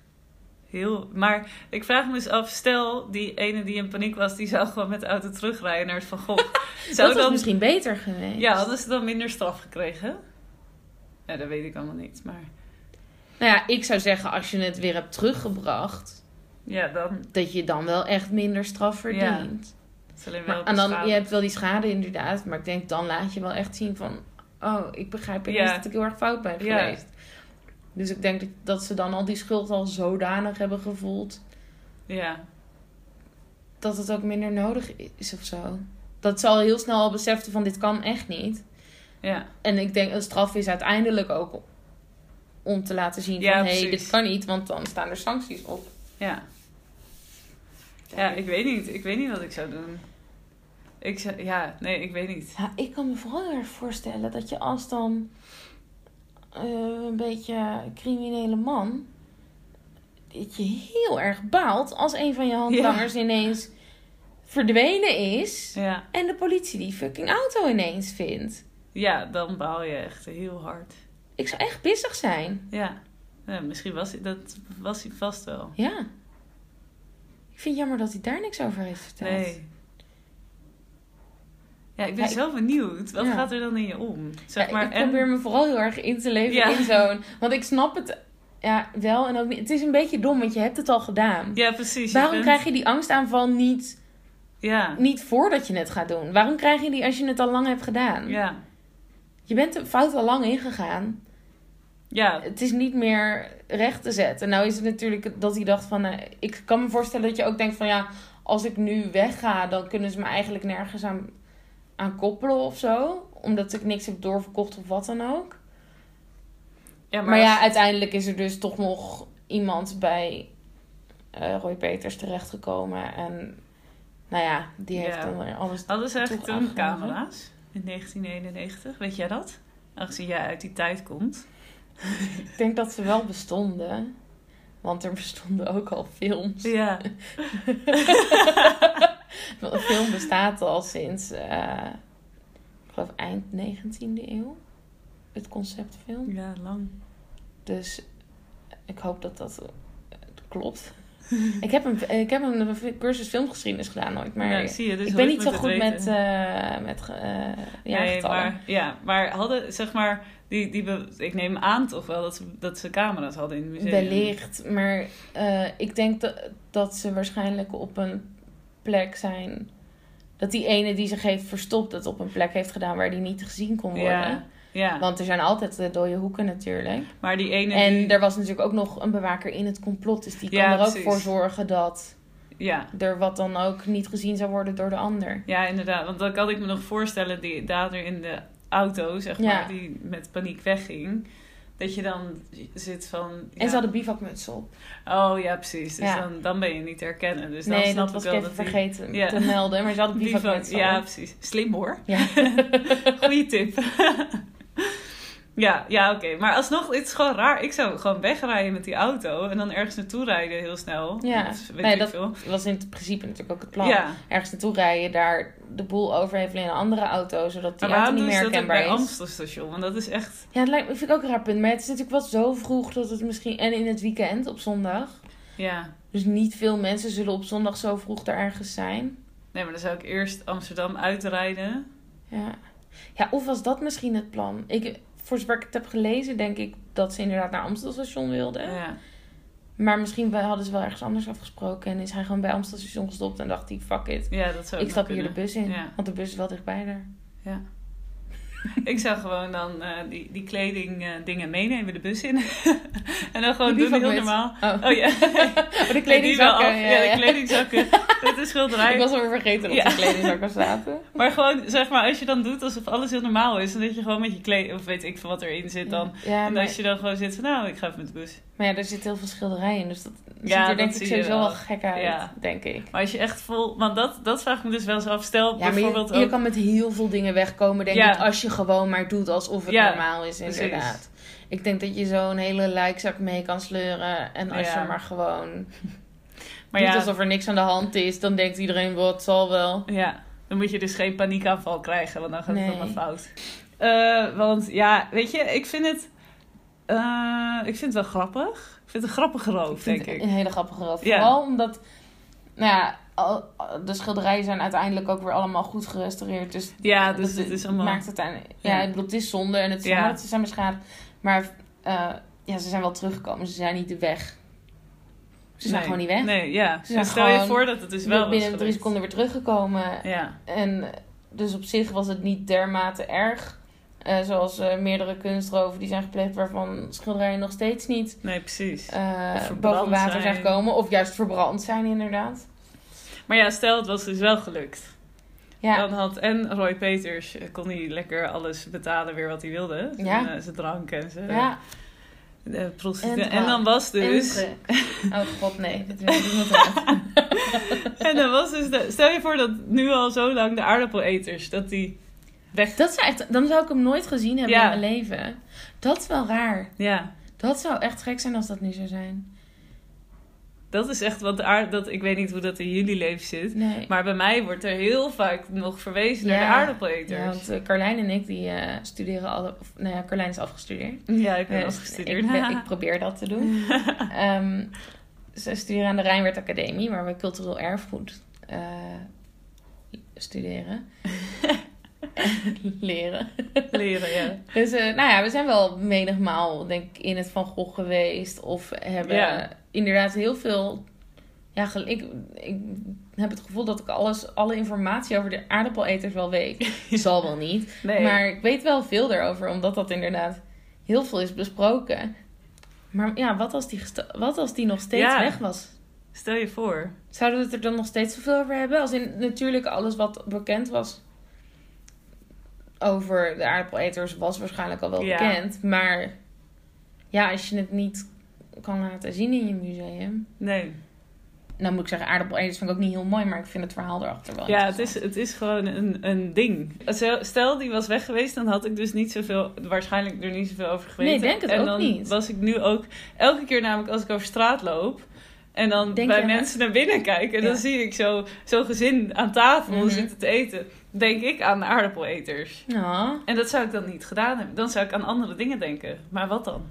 Speaker 2: Heel, maar ik vraag me eens af, stel die ene die in paniek was, die zou gewoon met de auto terugrijden naar het Van Gogh.
Speaker 3: [laughs] dat
Speaker 2: Zou
Speaker 3: was
Speaker 2: dan,
Speaker 3: misschien beter geweest.
Speaker 2: ja, hadden ze dan minder straf gekregen? Ja, dat weet ik allemaal niet, maar
Speaker 3: Nou ja, ik zou zeggen als je het weer hebt teruggebracht...
Speaker 2: ja, dan
Speaker 3: dat je dan wel echt minder straf verdient.
Speaker 2: is alleen wel
Speaker 3: maar, en dan,
Speaker 2: beschadigd.
Speaker 3: je hebt wel die schade inderdaad, maar ik denk dan laat je wel echt zien van... Oh, ik begrijp ineens
Speaker 2: Ja.
Speaker 3: dat ik heel erg fout ben
Speaker 2: Ja.
Speaker 3: geweest. Dus ik denk dat, dat ze dan al die schuld al zodanig hebben gevoeld...
Speaker 2: Ja,
Speaker 3: dat het ook minder nodig is of zo. Dat ze al heel snel al beseften van dit kan echt niet.
Speaker 2: ja,
Speaker 3: En ik denk een straf is uiteindelijk ook om te laten zien
Speaker 2: Ja,
Speaker 3: van hé, hey,
Speaker 2: precies.
Speaker 3: dit kan niet, want dan staan er sancties op.
Speaker 2: ja. Ja, ik weet niet. Ik weet niet wat ik zou doen. Ik zou, ja, nee, ik weet niet.
Speaker 3: Ja, ik kan me vooral heel erg voorstellen dat je als dan eh, een beetje criminele man, dat je heel erg baalt als een van je handlangers ineens verdwenen is
Speaker 2: Ja,
Speaker 3: en de politie die fucking auto ineens vindt.
Speaker 2: ja dan baal je echt heel hard.
Speaker 3: Ik zou echt pissig zijn.
Speaker 2: Ja, ja misschien was hij, dat was hij vast wel.
Speaker 3: Ja. Ik vind het jammer dat hij daar niks over heeft verteld.
Speaker 2: Nee. Ja, ik ben
Speaker 3: Ja, ik-
Speaker 2: zo benieuwd. Wat
Speaker 3: Ja.
Speaker 2: gaat er dan in je om? Zeg
Speaker 3: Ja,
Speaker 2: maar,
Speaker 3: ik probeer
Speaker 2: en...
Speaker 3: me vooral heel erg in te leven
Speaker 2: Ja.
Speaker 3: in zo'n... Want ik snap het ja, wel en ook niet. Het is een beetje dom, want je hebt het al gedaan.
Speaker 2: Ja, precies. je
Speaker 3: Waarom
Speaker 2: bent-
Speaker 3: krijg je die angstaanval niet,
Speaker 2: Ja,
Speaker 3: niet voordat je het gaat doen? Waarom krijg je die als je het al lang hebt gedaan?
Speaker 2: ja,
Speaker 3: Je bent de fout al lang ingegaan.
Speaker 2: ja.
Speaker 3: Het is niet meer recht te zetten. Nou is het natuurlijk dat hij dacht van... eh, ik kan me voorstellen dat je ook denkt van... ja, als ik nu wegga, dan kunnen ze me eigenlijk nergens aan, aan koppelen of zo. Omdat ik niks heb doorverkocht of wat dan ook.
Speaker 2: Ja,
Speaker 3: Maar, ja, uiteindelijk is er dus toch nog iemand bij eh, Roy Peters terechtgekomen. En nou ja, die heeft
Speaker 2: Ja.
Speaker 3: dan weer alles...
Speaker 2: Hadden ze eigenlijk
Speaker 3: Toch
Speaker 2: toen
Speaker 3: aangehouden.
Speaker 2: camera's? In 1991, weet jij dat? Aangezien jij uit die tijd komt.
Speaker 3: Ik denk dat ze wel bestonden. Want er bestonden ook al films.
Speaker 2: Ja.
Speaker 3: [laughs] De film bestaat al sinds, eh, ik geloof, eind 19e eeuw. Het conceptfilm.
Speaker 2: Ja, lang.
Speaker 3: Dus ik hoop dat dat eh, klopt. ik, heb een, ik heb een cursus filmgeschiedenis gedaan ooit, maar
Speaker 2: Ja, zie je, dus
Speaker 3: ik ben
Speaker 2: hoe
Speaker 3: niet zo
Speaker 2: het
Speaker 3: goed
Speaker 2: weten.
Speaker 3: met, eh met ge- eh,
Speaker 2: Nee,
Speaker 3: jaargetallen.
Speaker 2: maar, ja, maar hadden, zeg maar, die, die be- ik neem aan toch wel dat ze, dat ze camera's hadden in het museum.
Speaker 3: Wellicht, maar eh, ik denk dat, dat ze waarschijnlijk op een plek zijn. Dat die ene die zich heeft verstopt, dat op een plek heeft gedaan waar die niet gezien kon worden.
Speaker 2: Ja, ja.
Speaker 3: Want er zijn altijd eh, dode hoeken natuurlijk.
Speaker 2: maar die ene...
Speaker 3: En
Speaker 2: die-
Speaker 3: er was natuurlijk ook nog een bewaker in het complot. Dus die kan
Speaker 2: Ja,
Speaker 3: er ook
Speaker 2: precies.
Speaker 3: voor zorgen dat
Speaker 2: ja,
Speaker 3: er wat dan ook niet gezien zou worden door de ander.
Speaker 2: ja, inderdaad. Want dan kan ik me nog voorstellen, die dader in de auto, zeg
Speaker 3: Ja.
Speaker 2: maar, die met paniek wegging. Dat je dan zit van... ja.
Speaker 3: En ze hadden bivakmuts op.
Speaker 2: Oh ja, precies. Dus
Speaker 3: Ja.
Speaker 2: Dan, dan ben je niet te herkennen. Dus dan
Speaker 3: Nee,
Speaker 2: snap
Speaker 3: dat was
Speaker 2: ik
Speaker 3: ik
Speaker 2: wel
Speaker 3: even
Speaker 2: dat die-
Speaker 3: vergeten
Speaker 2: Ja.
Speaker 3: te melden. Maar
Speaker 2: [laughs]
Speaker 3: ze hadden
Speaker 2: die van-
Speaker 3: bivakmuts op.
Speaker 2: Ja, precies. Slim hoor.
Speaker 3: ja.
Speaker 2: [laughs] Goeie tip. [laughs] ja, ja oké. Maar alsnog, het is gewoon raar. Ik zou gewoon wegrijden met die auto en dan ergens naartoe rijden heel snel.
Speaker 3: Ja.
Speaker 2: Of weet
Speaker 3: Nee,
Speaker 2: ik
Speaker 3: dat
Speaker 2: veel.
Speaker 3: was in het principe natuurlijk ook het plan.
Speaker 2: Ja.
Speaker 3: Ergens naartoe rijden, daar de boel overhevelen in een andere auto, zodat die
Speaker 2: Maar waarom
Speaker 3: auto niet
Speaker 2: doen
Speaker 3: meer
Speaker 2: ze dat ook
Speaker 3: herkenbaar
Speaker 2: bij
Speaker 3: is.
Speaker 2: Amstelstation? Want dat is echt...
Speaker 3: Ja, dat lijkt me, vind ik ook een raar punt. Maar het is natuurlijk wel zo vroeg dat het misschien... En in het weekend, op zondag.
Speaker 2: Ja.
Speaker 3: Dus niet veel mensen zullen op zondag zo vroeg daar ergens zijn.
Speaker 2: Nee, maar dan zou ik eerst Amsterdam uitrijden.
Speaker 3: Ja. ja, of was dat misschien het plan? Ik, voor zover ik het heb gelezen, denk ik dat ze inderdaad naar Amstelstation wilden.
Speaker 2: Ja.
Speaker 3: Maar misschien wel- hadden ze wel ergens anders afgesproken. En is hij gewoon bij Amstelstation gestopt en dacht hij, fuck it.
Speaker 2: ja, dat zou
Speaker 3: Ik
Speaker 2: nog
Speaker 3: stap hier de
Speaker 2: kunnen.
Speaker 3: bus in.
Speaker 2: Ja.
Speaker 3: Want de bus is wel dichtbij
Speaker 2: [laughs]
Speaker 3: daar.
Speaker 2: Ja. Ik zou gewoon dan eh, die, die kleding eh, dingen meenemen de bus in. [laughs] en dan gewoon
Speaker 3: Die
Speaker 2: doen heel
Speaker 3: bivakmuts.
Speaker 2: normaal.
Speaker 3: Oh,
Speaker 2: Oh ja.
Speaker 3: de
Speaker 2: Nee, [laughs] die wel
Speaker 3: [laughs] kledingzakken.
Speaker 2: af. Ja, de
Speaker 3: [laughs]
Speaker 2: kledingzakken. Dat is schilderij.
Speaker 3: Ik was alweer vergeten dat
Speaker 2: Ja.
Speaker 3: de kledingzakken
Speaker 2: [laughs]
Speaker 3: zaten.
Speaker 2: Maar gewoon, zeg maar, als je dan doet alsof alles heel normaal is. En dat je gewoon met je kleed, of weet ik van wat erin zit dan.
Speaker 3: Ja,
Speaker 2: en
Speaker 3: maar,
Speaker 2: als je dan gewoon zit van, nou, ik ga even met de bus.
Speaker 3: maar ja, er zit heel veel schilderijen in. Dus dat ziet
Speaker 2: Ja,
Speaker 3: er
Speaker 2: dat
Speaker 3: denk
Speaker 2: zie
Speaker 3: ik
Speaker 2: je
Speaker 3: sowieso wel.
Speaker 2: wel.
Speaker 3: gek uit,
Speaker 2: Ja.
Speaker 3: denk ik.
Speaker 2: Maar als je echt vol... Want dat, dat vraag ik me dus wel eens af. Stel
Speaker 3: Ja, maar
Speaker 2: bijvoorbeeld
Speaker 3: je, je
Speaker 2: ook...
Speaker 3: kan met heel veel dingen wegkomen, denk
Speaker 2: Ja.
Speaker 3: ik. Als je gewoon maar doet alsof het
Speaker 2: Ja,
Speaker 3: normaal is,
Speaker 2: precies.
Speaker 3: inderdaad. Ik denk dat je zo'n hele lijkzak mee kan sleuren. En als
Speaker 2: Ja.
Speaker 3: je maar gewoon
Speaker 2: Maar
Speaker 3: doet
Speaker 2: ja,
Speaker 3: alsof er niks aan de hand is, dan denkt iedereen, wat zal wel.
Speaker 2: ja, dan moet je dus geen paniekaanval krijgen. Want dan gaat
Speaker 3: Nee.
Speaker 2: het nog maar fout. Eh, want ja, weet je, ik vind het... eh, ik vind het wel grappig. Ik vind het een grappige roof,
Speaker 3: Ik vind
Speaker 2: denk
Speaker 3: het
Speaker 2: ik.
Speaker 3: Een hele grappige roof.
Speaker 2: Ja.
Speaker 3: Vooral omdat, nou ja, al- al- de schilderijen zijn uiteindelijk ook weer allemaal goed gerestaureerd. Dus
Speaker 2: Ja, dus
Speaker 3: dat
Speaker 2: het is allemaal...
Speaker 3: Maakt het aan, ja,
Speaker 2: Ja.
Speaker 3: ik bedoel, het is zonde en het is
Speaker 2: Ja.
Speaker 3: hard, ze zijn beschadigd. Maar eh, ja, ze zijn wel teruggekomen. Ze zijn niet de weg. Ze zijn
Speaker 2: Nee.
Speaker 3: gewoon niet weg.
Speaker 2: Nee, ja.
Speaker 3: Ze zijn
Speaker 2: stel je
Speaker 3: gewoon-
Speaker 2: voor dat het dus
Speaker 3: Ze
Speaker 2: wel
Speaker 3: zijn binnen
Speaker 2: was
Speaker 3: drie
Speaker 2: gelukt.
Speaker 3: seconden weer teruggekomen.
Speaker 2: Ja,
Speaker 3: En eh, dus op zich was het niet dermate erg. Eh, zoals eh, meerdere kunstroven die zijn gepleegd waarvan schilderijen nog steeds niet
Speaker 2: nee, precies.
Speaker 3: eh,
Speaker 2: Verbrand
Speaker 3: boven water zijn.
Speaker 2: zijn.
Speaker 3: gekomen. Of juist verbrand zijn inderdaad.
Speaker 2: Maar ja, stel het was dus wel gelukt.
Speaker 3: Ja,
Speaker 2: Dan had en Roy Peters, eh, kon hij lekker alles betalen weer wat hij wilde. Zijn,
Speaker 3: Ja.
Speaker 2: eh, zijn drank en zijn
Speaker 3: ja.
Speaker 2: eh, prostitutie.
Speaker 3: En
Speaker 2: En, dan was dus...
Speaker 3: En terug. Oh god, nee. Dat wil ik niet meer doen.
Speaker 2: [laughs] En dan was dus... de- stel je voor dat nu al zo lang de aardappeleters, dat die weg...
Speaker 3: Dat zou echt, dan zou ik hem nooit gezien hebben
Speaker 2: Ja.
Speaker 3: in mijn leven. Dat is wel raar.
Speaker 2: Ja,
Speaker 3: Dat zou echt gek zijn als dat nu zou zijn.
Speaker 2: dat is echt wat de aard... Dat, ik weet niet hoe dat in jullie leven zit.
Speaker 3: Nee.
Speaker 2: Maar bij mij wordt er heel vaak nog verwezen naar
Speaker 3: Ja.
Speaker 2: de aardappeleters.
Speaker 3: Ja, want eh, Carlijn en ik die eh, studeren alle... Of, nou ja, Carlijn is afgestudeerd.
Speaker 2: Ja, ik ben
Speaker 3: Eh,
Speaker 2: afgestudeerd.
Speaker 3: Ik,
Speaker 2: [laughs]
Speaker 3: ben- ik probeer dat te doen. Ehm, ze studeren aan de Rijnwerd Academie, waar we cultureel erfgoed eh, studeren. Leren.
Speaker 2: [laughs] Leren, ja.
Speaker 3: Dus eh, nou ja, we zijn wel menigmaal denk ik, in het Van Gogh geweest. Of hebben
Speaker 2: Ja.
Speaker 3: inderdaad heel veel... Ja, gel- ik, ik heb het gevoel dat ik alles, alle informatie over de aardappeleters wel
Speaker 2: [laughs]
Speaker 3: weet. Zal wel niet.
Speaker 2: Nee.
Speaker 3: [laughs] Maar ik weet wel veel daarover, omdat dat inderdaad heel veel is besproken. Maar ja, wat als die, gesto- wat als die nog steeds
Speaker 2: Ja.
Speaker 3: weg was?
Speaker 2: Stel je voor.
Speaker 3: Zouden we het er dan nog steeds zoveel over hebben? Als in natuurlijk alles wat bekend was over de aardappeleters was waarschijnlijk al wel
Speaker 2: Ja.
Speaker 3: bekend. Maar ja, als je het niet kan laten zien in je museum.
Speaker 2: Nee.
Speaker 3: Nou moet ik zeggen, aardappeleters vind ik ook niet heel mooi, maar ik vind het verhaal erachter wel
Speaker 2: Ja, het is,
Speaker 3: interessant.
Speaker 2: het is gewoon een, een ding. Stel, die was weg geweest, dan had ik dus niet zoveel, waarschijnlijk er niet zoveel over geweten.
Speaker 3: Nee, ik denk het
Speaker 2: en
Speaker 3: ook
Speaker 2: dan
Speaker 3: niet.
Speaker 2: was ik nu ook, elke keer namelijk als ik over straat loop, En dan
Speaker 3: Denk
Speaker 2: bij
Speaker 3: jij-
Speaker 2: mensen naar binnen kijken. En
Speaker 3: Ja.
Speaker 2: dan zie ik zo- zo'n gezin aan tafel
Speaker 3: Mhm.
Speaker 2: zitten te eten. Denk ik aan de aardappeleters.
Speaker 3: Ja.
Speaker 2: En dat zou ik dan niet gedaan hebben. Dan zou ik aan andere dingen denken. Maar wat dan?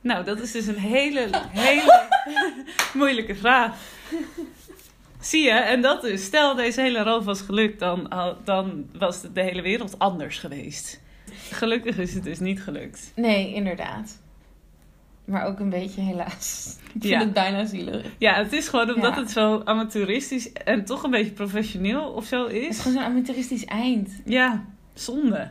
Speaker 2: Nou, dat is dus een hele, hele [laughs] moeilijke vraag. Zie je, en dat dus. Stel, deze hele roof was gelukt, dan, had- dan was de hele wereld anders geweest. Gelukkig is het dus niet gelukt.
Speaker 3: Nee, inderdaad. Maar ook een beetje helaas. Ik vind
Speaker 2: Ja.
Speaker 3: het bijna zielig.
Speaker 2: Ja, het is gewoon omdat
Speaker 3: Ja.
Speaker 2: het zo amateuristisch en toch een beetje professioneel of zo
Speaker 3: Het is
Speaker 2: is.
Speaker 3: gewoon zo'n amateuristisch eind.
Speaker 2: Ja, zonde.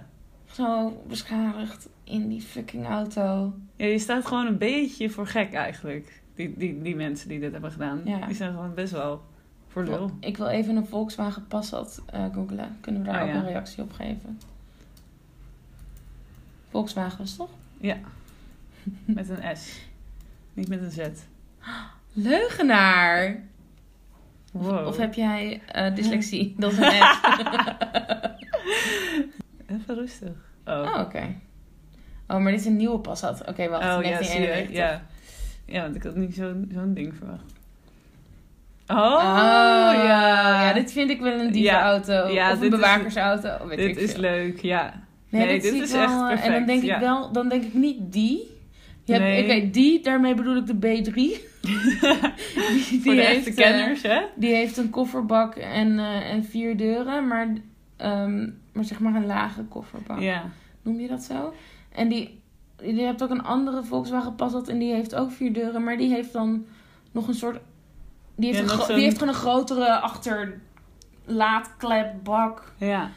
Speaker 3: Zo beschadigd in die fucking auto.
Speaker 2: Ja, je staat gewoon een beetje voor gek eigenlijk. Die, die, die mensen die dit hebben gedaan.
Speaker 3: Ja. Oh.
Speaker 2: Die zijn gewoon best wel voor lul.
Speaker 3: Ik wil even een Volkswagen Passat eh googlen. Kunnen we daar
Speaker 2: Oh,
Speaker 3: ook
Speaker 2: ja.
Speaker 3: een reactie op geven? Volkswagen was het toch?
Speaker 2: Met een S. Niet met een Z.
Speaker 3: Leugenaar!
Speaker 2: Wow.
Speaker 3: Of heb jij eh, [laughs] dyslexie? Dat is een app.
Speaker 2: Even rustig. Oh,
Speaker 3: Oh, oké. Oh, maar dit is een nieuwe Passat. Oké, wacht.
Speaker 2: Oh, ja, zie je.
Speaker 3: 1991.
Speaker 2: Ja. ja, want ik had niet zo'n zo'n ding verwacht. Oh,
Speaker 3: Oh,
Speaker 2: ja.
Speaker 3: Ja, dit vind ik wel een diepe
Speaker 2: Ja.
Speaker 3: auto.
Speaker 2: Ja,
Speaker 3: of een
Speaker 2: dit is-
Speaker 3: bewakersauto. Oh, Weet
Speaker 2: Dit
Speaker 3: ik
Speaker 2: is
Speaker 3: veel.
Speaker 2: leuk,
Speaker 3: [laughs]
Speaker 2: ja.
Speaker 3: Nee,
Speaker 2: Nee,
Speaker 3: dit,
Speaker 2: dit
Speaker 3: zie ik
Speaker 2: is
Speaker 3: wel,
Speaker 2: echt
Speaker 3: eh, En dan
Speaker 2: perfect,
Speaker 3: denk
Speaker 2: ja.
Speaker 3: ik wel, dan denk ik niet die. Je hebt,
Speaker 2: Nee.
Speaker 3: Oké, die, daarmee bedoel ik de B3. [laughs] die,
Speaker 2: voor de
Speaker 3: heeft,
Speaker 2: echte
Speaker 3: eh,
Speaker 2: kenners, hè?
Speaker 3: die heeft een kofferbak en, eh, en vier deuren, maar, ehm, maar zeg maar een lage kofferbak.
Speaker 2: Ja.
Speaker 3: Noem je dat zo? En die, je hebt ook een andere Volkswagen Passat en die heeft ook vier deuren, maar die heeft dan nog een soort... Die heeft,
Speaker 2: Ja,
Speaker 3: een
Speaker 2: nog
Speaker 3: gro-
Speaker 2: zo'n-
Speaker 3: die heeft gewoon een grotere achterlaadklep,
Speaker 2: ja.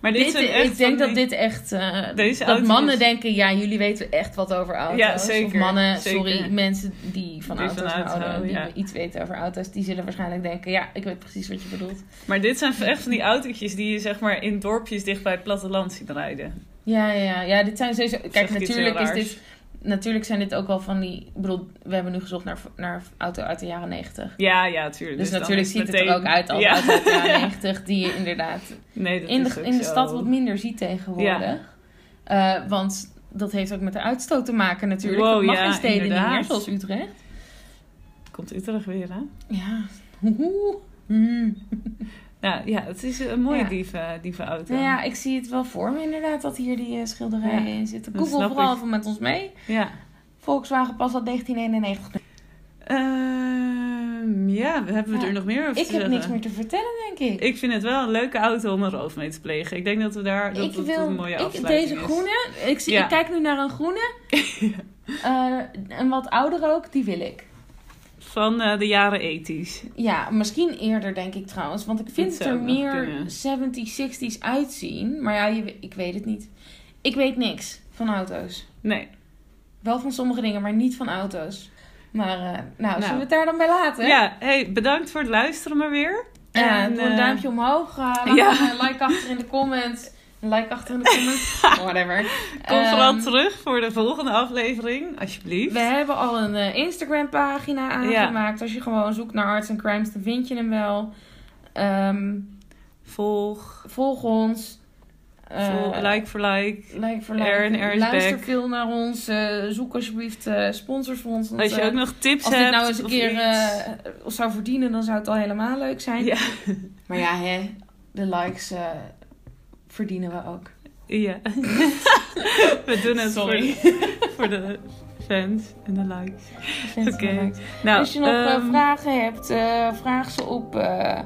Speaker 2: Maar dit,
Speaker 3: dit,
Speaker 2: zijn echt
Speaker 3: ik denk
Speaker 2: van
Speaker 3: dat
Speaker 2: die-
Speaker 3: dit echt. eh,
Speaker 2: Deze
Speaker 3: dat
Speaker 2: auto
Speaker 3: mannen
Speaker 2: is-
Speaker 3: denken, ja, jullie weten echt wat over auto's.
Speaker 2: Ja, zeker,
Speaker 3: Of mannen,
Speaker 2: zeker.
Speaker 3: sorry, mensen die van
Speaker 2: Die van
Speaker 3: auto's
Speaker 2: auto's
Speaker 3: houden,
Speaker 2: houden,
Speaker 3: die
Speaker 2: ja.
Speaker 3: iets weten over auto's, die zullen waarschijnlijk denken, ja, ik weet precies wat je bedoelt.
Speaker 2: Maar dit zijn echt van die autootjes die je zeg maar in dorpjes dicht bij het platteland ziet rijden.
Speaker 3: Ja, ja, ja, dit zijn sowieso.
Speaker 2: Zeg
Speaker 3: Kijk,
Speaker 2: ik iets
Speaker 3: natuurlijk,
Speaker 2: heel
Speaker 3: is
Speaker 2: raars?
Speaker 3: dit, natuurlijk zijn dit ook wel van die. Ik bedoel, we hebben nu gezocht naar, naar auto uit de jaren 90.
Speaker 2: Ja, ja, tuurlijk.
Speaker 3: Dus,
Speaker 2: dan
Speaker 3: natuurlijk
Speaker 2: is
Speaker 3: ziet het
Speaker 2: meteen-
Speaker 3: er ook uit als
Speaker 2: Ja.
Speaker 3: auto uit de
Speaker 2: [laughs]
Speaker 3: jaren 90, die je inderdaad
Speaker 2: Nee, dat
Speaker 3: in
Speaker 2: is
Speaker 3: de,
Speaker 2: ook
Speaker 3: in de
Speaker 2: zo.
Speaker 3: stad wat minder ziet tegenwoordig.
Speaker 2: Ja.
Speaker 3: Eh, want dat heeft ook met de uitstoot te maken natuurlijk.
Speaker 2: Wow,
Speaker 3: dat mag
Speaker 2: ja,
Speaker 3: in steden niet meer,
Speaker 2: inderdaad.
Speaker 3: zoals Utrecht.
Speaker 2: Komt Utrecht weer, hè?
Speaker 3: Ja, [laughs] hoehoe. Hmm.
Speaker 2: Nou ja, het is een mooie
Speaker 3: Ja.
Speaker 2: dieven, dievenauto.
Speaker 3: Nou ja, ik zie het wel voor me inderdaad dat hier die eh, schilderijen
Speaker 2: Ja,
Speaker 3: in zitten.
Speaker 2: dat
Speaker 3: Google
Speaker 2: snap
Speaker 3: vooral
Speaker 2: ik.
Speaker 3: even met ons mee.
Speaker 2: Ja.
Speaker 3: Volkswagen pas al
Speaker 2: [laughs]
Speaker 3: 1991.
Speaker 2: Ehm, ja, we hebben we
Speaker 3: Ja.
Speaker 2: er nog meer over
Speaker 3: Ik
Speaker 2: te
Speaker 3: heb
Speaker 2: zeggen?
Speaker 3: niks meer te vertellen, denk ik.
Speaker 2: eh, Ik vind het wel een leuke auto om een roof mee te plegen. Ik denk dat we daar dat,
Speaker 3: Ik
Speaker 2: dat
Speaker 3: wil
Speaker 2: een mooie
Speaker 3: ik,
Speaker 2: afsluiting
Speaker 3: deze
Speaker 2: is.
Speaker 3: groene. Ik, zie,
Speaker 2: Ja.
Speaker 3: ik kijk nu naar een
Speaker 2: [laughs]
Speaker 3: groene. Eh, een wat ouder ook, die wil ik.
Speaker 2: Van eh, de jaren ethisch.
Speaker 3: Ja, misschien eerder denk ik trouwens. Want ik vind
Speaker 2: Dat
Speaker 3: het
Speaker 2: zou
Speaker 3: er
Speaker 2: ook nog
Speaker 3: meer
Speaker 2: kunnen.
Speaker 3: 70s, 60s uitzien. Maar ja, je we- ik weet het niet. Ik weet niks van auto's.
Speaker 2: Nee.
Speaker 3: Wel van sommige dingen, maar niet van auto's. Maar eh, nou, zullen we
Speaker 2: Nou.
Speaker 3: het daar dan bij laten?
Speaker 2: Ja, hey, bedankt voor het luisteren maar weer.
Speaker 3: Ja,
Speaker 2: En,
Speaker 3: doe een
Speaker 2: eh,
Speaker 3: duimpje omhoog. eh, laat
Speaker 2: ja.
Speaker 3: even een like achter in de comments. Een like achter in de
Speaker 2: [laughs]
Speaker 3: comments. Whatever.
Speaker 2: Kom vooral
Speaker 3: Ehm,
Speaker 2: terug voor de volgende aflevering, alsjeblieft.
Speaker 3: We hebben al een eh, Instagram-pagina aangemaakt. Als je gewoon zoekt naar Arts and Crimes, dan vind je hem wel. Ehm,
Speaker 2: Volg,
Speaker 3: volg ons.
Speaker 2: volg,
Speaker 3: Eh,
Speaker 2: like voor like.
Speaker 3: Like for
Speaker 2: Air
Speaker 3: like.
Speaker 2: en Air is
Speaker 3: Luister
Speaker 2: back.
Speaker 3: veel naar ons. eh, zoek alsjeblieft eh, sponsors voor ons. want,
Speaker 2: Als je
Speaker 3: eh,
Speaker 2: ook nog tips
Speaker 3: als
Speaker 2: hebt.
Speaker 3: dit nou eens een
Speaker 2: of
Speaker 3: keer
Speaker 2: iets.
Speaker 3: eh, zou verdienen, dan zou het al helemaal leuk zijn.
Speaker 2: Ja, [laughs]
Speaker 3: Maar ja, hè, de likes eh, verdienen we ook. [laughs]
Speaker 2: ja. we doen het
Speaker 3: Sorry.
Speaker 2: Voor, de, [laughs] voor de fans en de likes.
Speaker 3: Oké.
Speaker 2: Oké. Nou,
Speaker 3: Als je nog eh,
Speaker 2: ehm,
Speaker 3: vragen hebt, eh, vraag ze op eh,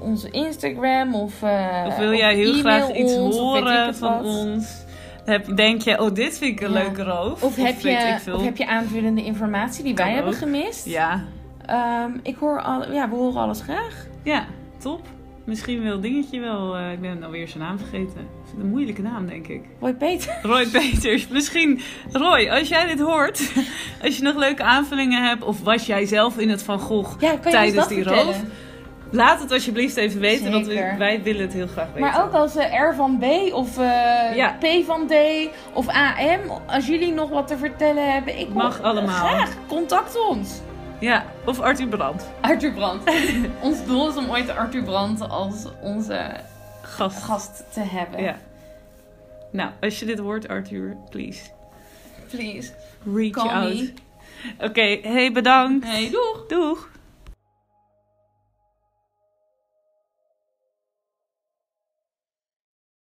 Speaker 3: onze Instagram of. eh,
Speaker 2: Of wil jij heel
Speaker 3: e-mail
Speaker 2: graag iets
Speaker 3: ons, of weet ik
Speaker 2: horen
Speaker 3: het
Speaker 2: van
Speaker 3: wat.
Speaker 2: ons? Heb, denk je, oh, dit vind ik een
Speaker 3: Ja.
Speaker 2: leuke roof?
Speaker 3: Of heb,
Speaker 2: weet
Speaker 3: je,
Speaker 2: ik veel.
Speaker 3: of heb je aanvullende informatie die
Speaker 2: Kan
Speaker 3: wij hebben
Speaker 2: ook.
Speaker 3: gemist?
Speaker 2: Ja.
Speaker 3: Ehm, ik hoor al, ja, we horen alles graag.
Speaker 2: ja, top. Misschien wil dingetje wel, eh, ik ben alweer zijn naam vergeten. Het is een moeilijke naam, denk ik.
Speaker 3: Hoi Peter.
Speaker 2: Roy Peters, misschien. Roy, als jij dit hoort, [laughs] als je nog leuke aanvullingen hebt, of was jij zelf in het Van Gogh,
Speaker 3: Ja, kan je
Speaker 2: tijdens
Speaker 3: ons dat
Speaker 2: die
Speaker 3: vertellen?
Speaker 2: roof. laat het alsjeblieft even weten, want we,
Speaker 3: Zeker.
Speaker 2: wij willen het heel graag weten.
Speaker 3: Maar ook als eh, R van B of eh,
Speaker 2: Ja.
Speaker 3: P van D of AM. Als jullie nog wat te vertellen hebben, ik hoor-
Speaker 2: Mag allemaal.
Speaker 3: Graag, contact ons.
Speaker 2: Ja, of Arthur Brand,
Speaker 3: Arthur Brandt. [laughs] ons doel is om ooit Arthur Brandt als onze
Speaker 2: gast.
Speaker 3: gast te hebben.
Speaker 2: Ja. Nou, als je dit hoort, Arthur, please. please.
Speaker 3: Reach
Speaker 2: Call
Speaker 3: out.
Speaker 2: me.
Speaker 3: Oké, hey, bedankt.
Speaker 2: Hey, doeg!
Speaker 3: Doeg.